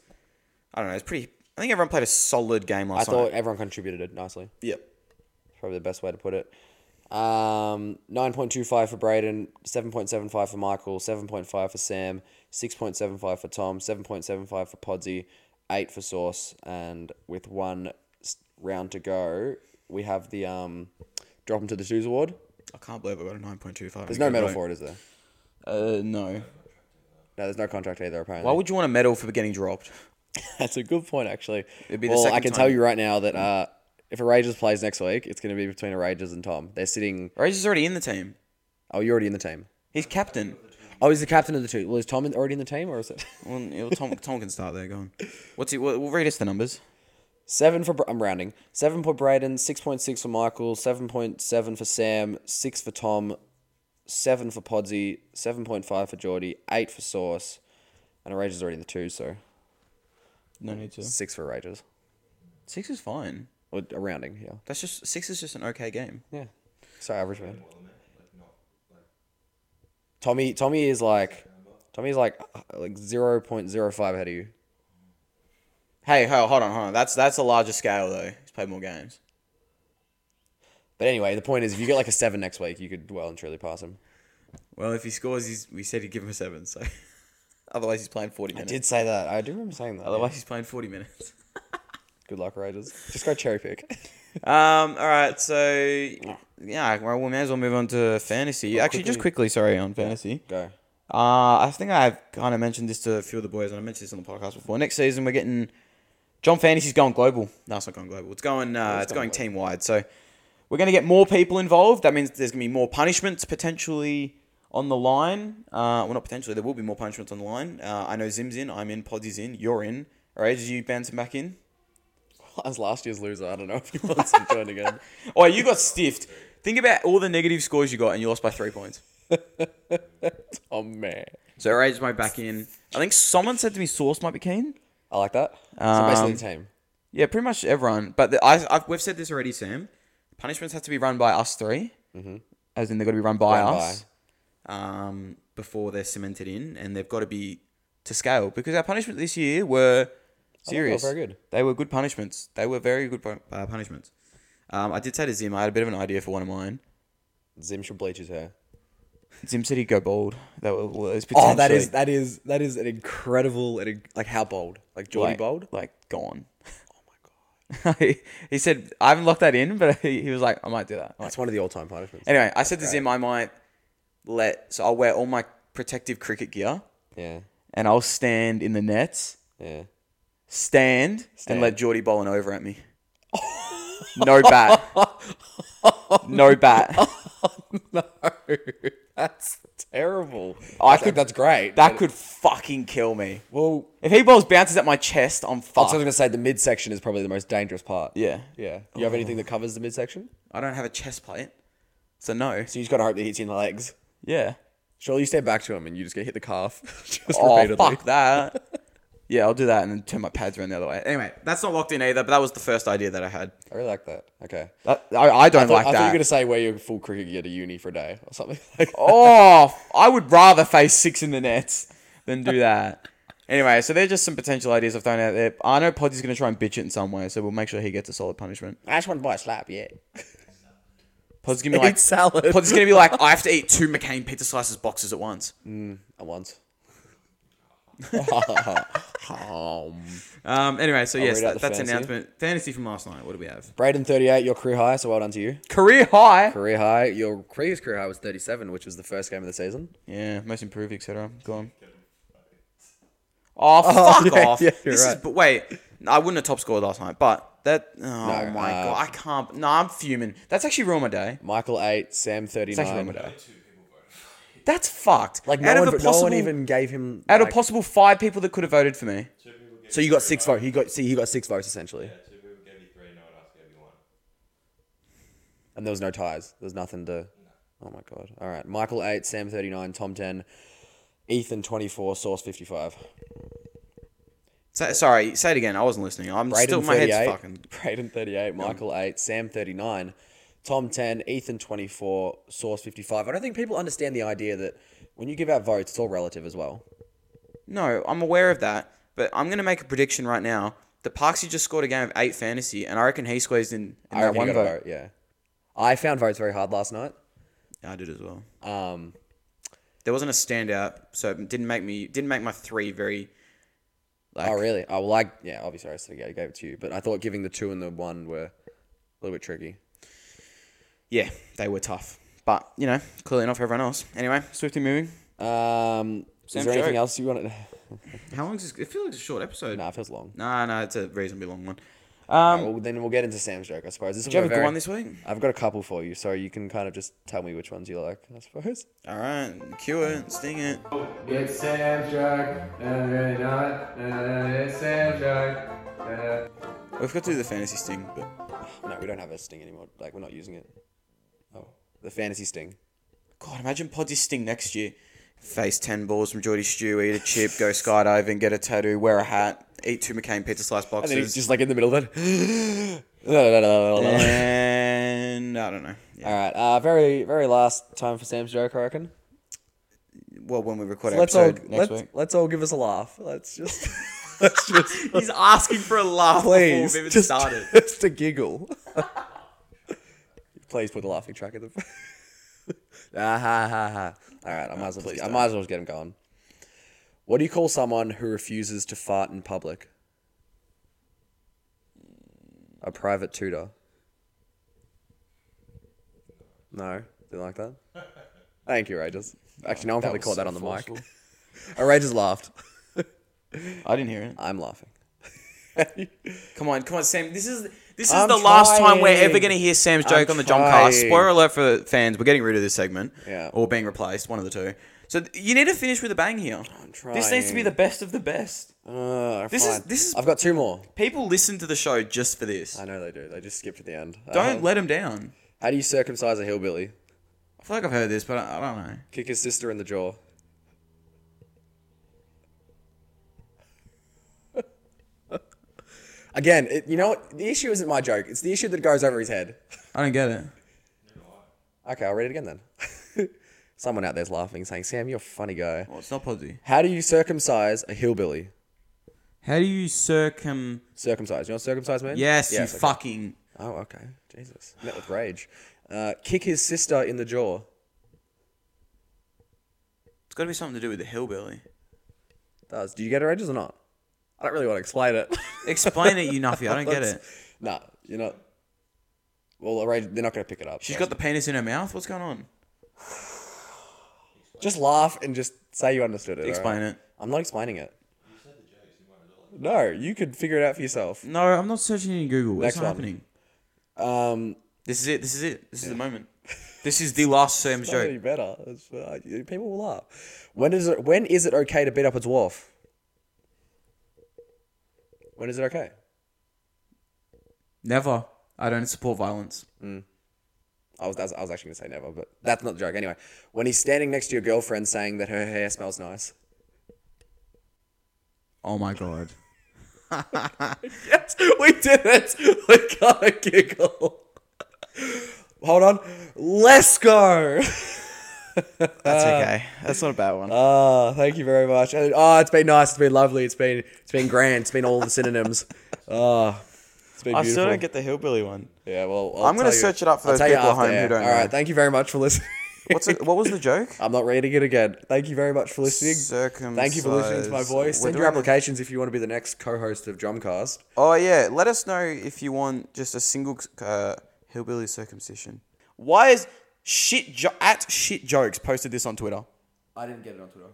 I don't know. It's pretty. I think everyone played a solid game
I
last
thought
night.
everyone contributed it nicely.
Yep.
probably the best way to put it. Um, 9.25 for Braden, 7.75 for Michael, 7.5 for Sam, 6.75 for Tom, 7.75 for Podsy, 8 for Sauce, and with one s- round to go, we have the um, Drop 'em to the Shoes award.
I can't believe I got a nine point two five.
There's no medal for it, is there?
Uh, no.
No, there's no contract either, apparently.
Why would you want a medal for getting dropped?
That's a good point, actually.
It'd be the
well, I
second
can
time. Mm.
tell you right now that uh, if Rangers plays next week, it's going to be between Rangers and Tom. They're sitting.
Rage is already in the team.
Oh, you're already in the team.
He's captain.
Oh, he's the captain of the two. Well, is Tom in- already in the team, or is it?
Well, yeah, Tom, Tom can start there. Go on. What's he? We'll, we'll read us the numbers.
Seven for Br- I'm rounding. Seven for Braden. Six point six for Michael. Seven point seven for Sam. Six for Tom. Seven for Podsy. Seven point five for Geordie. Eight for Sauce. And Rager's already in the two, so
No need to.
six for Rages.
Six is fine.
Or a rounding, yeah.
That's just six is just an okay game.
Yeah. So average man. Tommy Tommy is like Tommy is like uh, like zero point zero five ahead of you.
Hey, ho, hold on, hold on. That's that's a larger scale though. He's played more games.
But anyway, the point is if you get like a seven next week, you could well and truly pass him.
Well, if he scores, he's, we said he'd give him a seven. So, otherwise, he's playing forty
I
minutes.
did say that. I do remember saying that.
Otherwise, he's playing forty minutes.
Good luck, Raiders. Just go cherry pick.
Um. All right. So yeah, well, we may as well move on to fantasy. Actually, just quickly, sorry, on fantasy.
go.
Uh, I think I've kind of mentioned this to a few of the boys, and I mentioned this on the podcast before. Next season, we're getting John Fantasy's going global. No, it's not going global. It's going. Uh, it's, going team wide. So we're going to get more people involved. That means there's going to be more punishments potentially on the line. Uh, well, not potentially. There will be more punishments on the line. Uh, I know Zim's in. I'm in. Podsy's in. You're in. All right, did you bounce him back in?
As last year's loser, I don't know if he wants to join again.
Oh, you got stiffed. Think about all the negative scores you got, and you lost by three points.
Oh man,
So Rage might back in. I think someone said to me, Source might be keen.
I like that. so basically, the team.
Yeah, pretty much everyone. But the, I, I've, we've said this already, Sam. Punishments have to be run by us 3 mm-hmm. as in they've got to be run by
Run by.
us Um, before they're cemented in, and they've got to be to scale because our punishments this year were
they were
serious.
very good.
They were good punishments. They were very good pu- uh, punishments. Um, I did say to Zim, I had a bit of an idea for one of mine.
Zim should bleach his hair.
Zim said he'd go bald. That was, was
Oh, that
potentially-
is that is that is an incredible and like how bold, like Geordie
like,
bold.
like gone. Oh my god! he said I haven't locked that in, but he, he was like, I might do that. I'm like,
That's one of the all-time punishments.
anyway, I said to Zim, I might let so I'll wear all my protective cricket gear
Yeah,
and I'll stand in the nets
yeah.
stand,
Stand.
and let Geordie bowl an over at me. no bat. No bat.
no, that's terrible.
I
I
could-
think that's great.
That could fucking kill me.
well,
If he bowls bounces at my chest, I'm
I was
fucked.
going to say the midsection is probably the most dangerous part.
yeah.
Yeah. You have anything that covers the midsection?
I don't have a chest plate. So no.
So you just got to hope that it hits you in the legs.
Yeah.
Surely you step back to him and you just get hit the calf. just
Oh,
repeatedly.
fuck that. yeah, I'll do that and then turn my pads around the other way. Anyway, that's not locked in either, but that was the first idea that I had.
I really like that. Okay.
That- I, I don't
Uh, I thought,
like
I thought you
that.
were going to say wear your full cricket gear to uni for a day or something. Like that.
oh, I would rather face six in the nets than do that. Anyway, so they're just some potential ideas I've thrown out there. I know Podsy's going to try and bitch it in some way, so we'll make sure he gets a solid punishment.
I just want to buy a slap, yeah.
Podsy's going to be like,
Eat salad.
Podsy's going to be like, I have to eat two McCain pizza slices boxes at once.
At once.
Um. Anyway, so yes,
read out
that,
the
that's
fantasy.
announcement. Fantasy from last night. What do we have?
Braden, 38, your career high, so well done to you.
Career high.
Career high. Your previous career high was 37, which was the first game of the season.
Yeah, most improved, etc. Go on. Oh, fuck
yeah,
off!
yeah, you're
this is.
right.
But wait, I wouldn't have top scored last night. But that. Oh my
uh,
god, I can't. No, I'm fuming. That's actually ruined my day.
Michael, 8, Sam,
It's actually
39.
ruined my day. That's fucked.
Like,
out
no one,
of a
no
possible,
one even gave him.
out of
like-
possible five people that could have voted for me.
So you got six votes. He got see, he got six votes essentially,
Two people gave you three, no one else gave you one.
and there was no ties. There was nothing to. Oh my god! All right, Michael eight, Sam thirty nine, Tom ten, Ethan twenty four, Source fifty five,
Say, sorry, say it again. I wasn't listening. I'm still
Braden
my
thirty
head's
eight,
fucking.
Braden thirty eight, Michael eight, Sam thirty nine, Tom ten, Ethan twenty four, Source fifty five. I don't think people understand the idea that when you give out votes, it's all relative as well.
No, I'm aware of that, but I'm gonna make a prediction right now. The Parksy just scored a game of eight fantasy, and I reckon he squeezed in, in
I
that
reckon
one
you
vote.
got a vote. Yeah, I found votes very hard last night.
Yeah, I did as well.
Um,
There wasn't a standout, so it didn't make me didn't make my three very. Like,
Oh really? Oh well, I yeah, obviously I said I gave it to you, but I thought giving the two and the one were a little bit tricky.
Yeah, they were tough, but you know, clearly enough for everyone else. Anyway, swiftly moving.
Um,
Sam
is there anything
Joe.
else you want to?
How long is this? It feels like it's a short episode.
nah, it feels long.
No, no, it's a reasonably long one. Um,
well, then we'll get into Sam's joke, I suppose. This
do you have
was
a good
very-
one this week?
I've got a couple for you, so you can kind of just tell me which ones you like, I suppose.
All right, cue it, sting it.
It's Sam's joke. No, really not. No, no, no, it's Sam's joke. No, no.
We've got to do the fantasy sting, but
No, we don't have a sting anymore. Like we're not using it. Oh, the fantasy sting.
God, imagine Podsy's sting next year. Face ten balls from Geordie Stew, eat a chip, go skydiving, get a tattoo, wear a hat, eat two McCain pizza slice
And
boxes.
then he's just like in the middle of it.
and I don't know. Yeah.
All right, uh, very very last time for Sam's joke, I reckon.
Well, when we record our
Let's all
episode next
let's,
week.
let's all give us a laugh. Let's just let's just
He's asking for a laugh
please
before we've even
just,
started.
just to giggle. please put the laughing track at the. ah, ha, ha, ha. All right, I
Ah,
might as well. I might as well just get him going. What do you call someone who refuses to fart in public? A private tutor. No, didn't like that. Thank you, Rages. Actually, no one probably caught that on the mic. Oh, Rages laughed.
I didn't hear it.
I'm laughing.
Come on, come on, Sam. This is this is
I'm
the last time we're
trying.
ever going to hear Sam's
I'm
joke on the Jumpcast.
trying.
Spoiler alert for fans: we're getting rid of this segment,
Yeah.
or being replaced, one of the two. So th- you need to finish with a bang here.
I'm
This needs to be
trying.
the best of the best.
Uh,
This is- this is-
I've got two more.
People listen to the show just for this.
I know they do. They just skip to the end.
Don't
Um,
let them down.
How do you circumcise a hillbilly?
I feel like I've heard this, but I, I don't know.
Kick his sister in the jaw. Again, it, you know what? The issue isn't my joke. It's the issue that goes over his head.
I don't get it.
Okay, I'll read it again then. Someone out there's laughing, saying, "Sam, you're a funny guy."
Well, it's not Podzy.
How do you circumcise a hillbilly?
How do you circum?
Circumcise. You know what circumcise means?
Yes, you
okay.
fucking.
Oh, okay. Jesus. Met with rage. Uh, kick his sister in the jaw.
It's got to be something to do with the hillbilly.
Does. Do you get it, Rages, or not? I don't really want to explain it.
Explain it, you nuffy. I don't get it.
Nah, you're not. Well, Rage, they're not going to pick it up.
She's
so-
got the penis in her mouth. What's going on?
Just laugh and just say you understood it.
Explain
alright?
it.
I'm not explaining it. No, you could figure it out for yourself.
No, I'm not searching in Google.
Next
it's
one.
not happening.
Um,
This is it. This is it. This is the moment.
This is the last Sam's
not
joke.
any better. It's, uh, people will laugh. When is it? When is it okay to beat up a dwarf? When is it okay?
Never. I don't support violence.
I was, I was, I was actually going to say never, but that's not the joke. Anyway, when he's standing next to your girlfriend saying that her hair smells nice.
Oh my god.
Yes, we did it. We got a giggle. Hold on. Let's go.
That's okay. That's not a bad one.
Ah, thank you very much. And, Oh, it's been nice. It's been lovely. It's been, it's been grand. It's been all the synonyms. Ah, it's been
I
beautiful.
still don't get the hillbilly one.
Yeah, well, i
I'm gonna search it up for those people at home who don't
All right,
know.
thank you very much for listening.
What's it, what was the joke?
I'm not reading it again. Thank you very much for listening.
Circumcised.
Thank you for listening to my voice.
We're
Send your
doing the-
applications if you want to be the next co-host of Drumcast.
Oh yeah, let us know if you want just a single uh, hillbilly circumcision. Why is shit jo- at shit jokes posted this on Twitter?
I didn't get it on Twitter.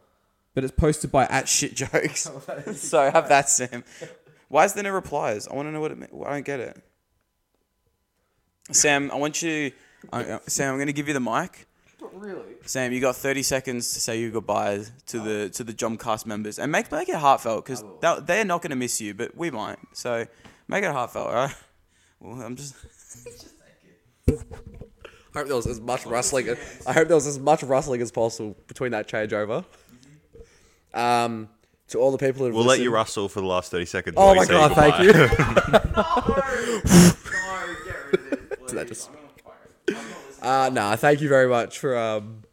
But it's posted by at shit jokes. so have that, Sam. Why is there no replies? I want to know what it. mea- I don't get it. Sam, I want you. I, uh, Sam, I'm going to give you the mic. Really? Sam, you got 30 seconds to say your goodbyes to the to the Jomcast members, and make make it heartfelt because they're not going to miss you, but we might. So make it heartfelt, all right? Well, I'm just.
I hope there was as much rustling. I hope there was as much rustling as possible between that changeover. Um, to all the people that have
We'll let you
listened-
rustle for the last 30 seconds.
Oh
while
my
we say
god! Thank
goodbye.
you.
That
just- Uh, nah, thank you very much for um,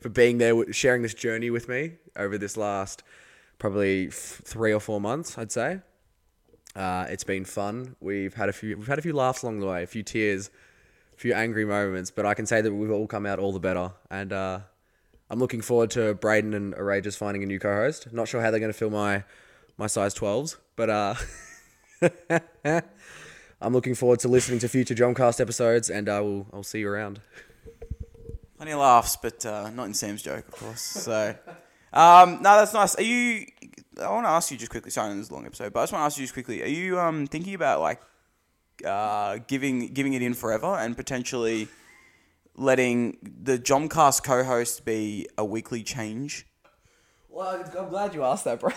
for being there, wi- sharing this journey with me over this last probably f- three or four months, I'd say. Uh, it's been fun. We've had a few, we've had a few laughs along the way, a few tears, a few angry moments, but I can say that we've all come out all the better. And uh, I'm looking forward to Braden and Arages finding a new co-host. Not sure how they're going to fill my my size 12s, but uh, I'm looking forward to listening to future Drumcast episodes, and I will I'll see you around.
Plenty of laughs, but uh, not in Sam's joke, of course. So, um, no, that's nice. Are you? I want to ask you just quickly. Sorry, this is a long episode, but I just want to ask you just quickly. Are you um, thinking about like uh, giving giving it in forever and potentially letting the Jomcast co-host be a weekly change?
Well, I'm glad you asked that, bro.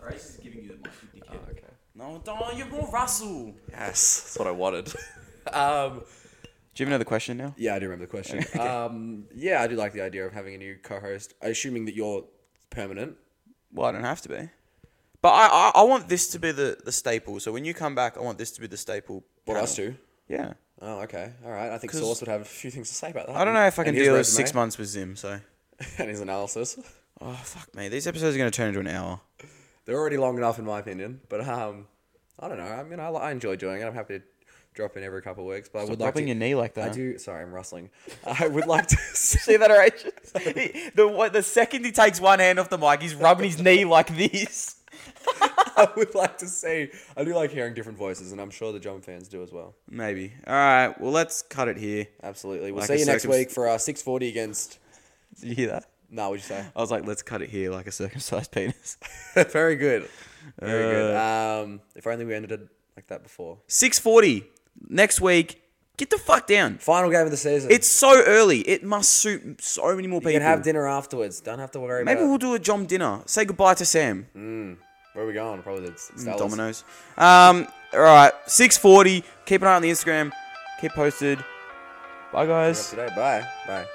Grace is giving you the mic, you dickhead. Oh, okay. No, don't. You're more Russell.
Yes, that's what I wanted. um,
Do you have another question now?
yeah, I do remember the question. um, yeah, I do like the idea of having a new co-host, assuming that you're permanent.
Well, I don't have to be. But I, I, I want this to be the, the staple. So when you come back, I want this to be the staple.
What
panel.
us two?
Yeah.
Oh, okay, all right. I think
'Cause-
Source would have a few things to say about that.
I don't know if I
And
can
his
deal with
resume
six months with Zim, so.
and his analysis.
Oh, fuck me. These episodes are going to turn into an hour.
They're already long enough, in my opinion. But um, I don't know. I mean, I, I enjoy doing it. I'm happy to drop in every couple of weeks. But I would like to.
Dropping your knee like that.
I do. Sorry, I'm rustling. I would like to.
See that, alright? The, one- the second he takes one hand off the mic, he's rubbing his knee like this.
I would like to say I do like hearing different voices, and I'm sure the drum fans do as well.
Maybe. All right. Well, let's cut it here.
Absolutely. We'll
Like a
see you next
circum-
week for our 640 against.
Did you hear that?
No, what'd you say?
I was like, let's cut it here like a circumcised penis.
Very good. Very
Uh,
good. Um, if only we ended it like that before.
640 next week. Get the fuck down.
Final game of the season.
It's so early. It must suit so many more
you
people.
can have dinner afterwards. Don't have to worry
Maybe
about
we'll do a Jom dinner. Say goodbye to Sam.
where are we going. Probably the Stellars.
Dominoes. Um, all right, six forty. Keep an eye on the Instagram. Keep posted. Bye, guys.
Today. Bye. Bye.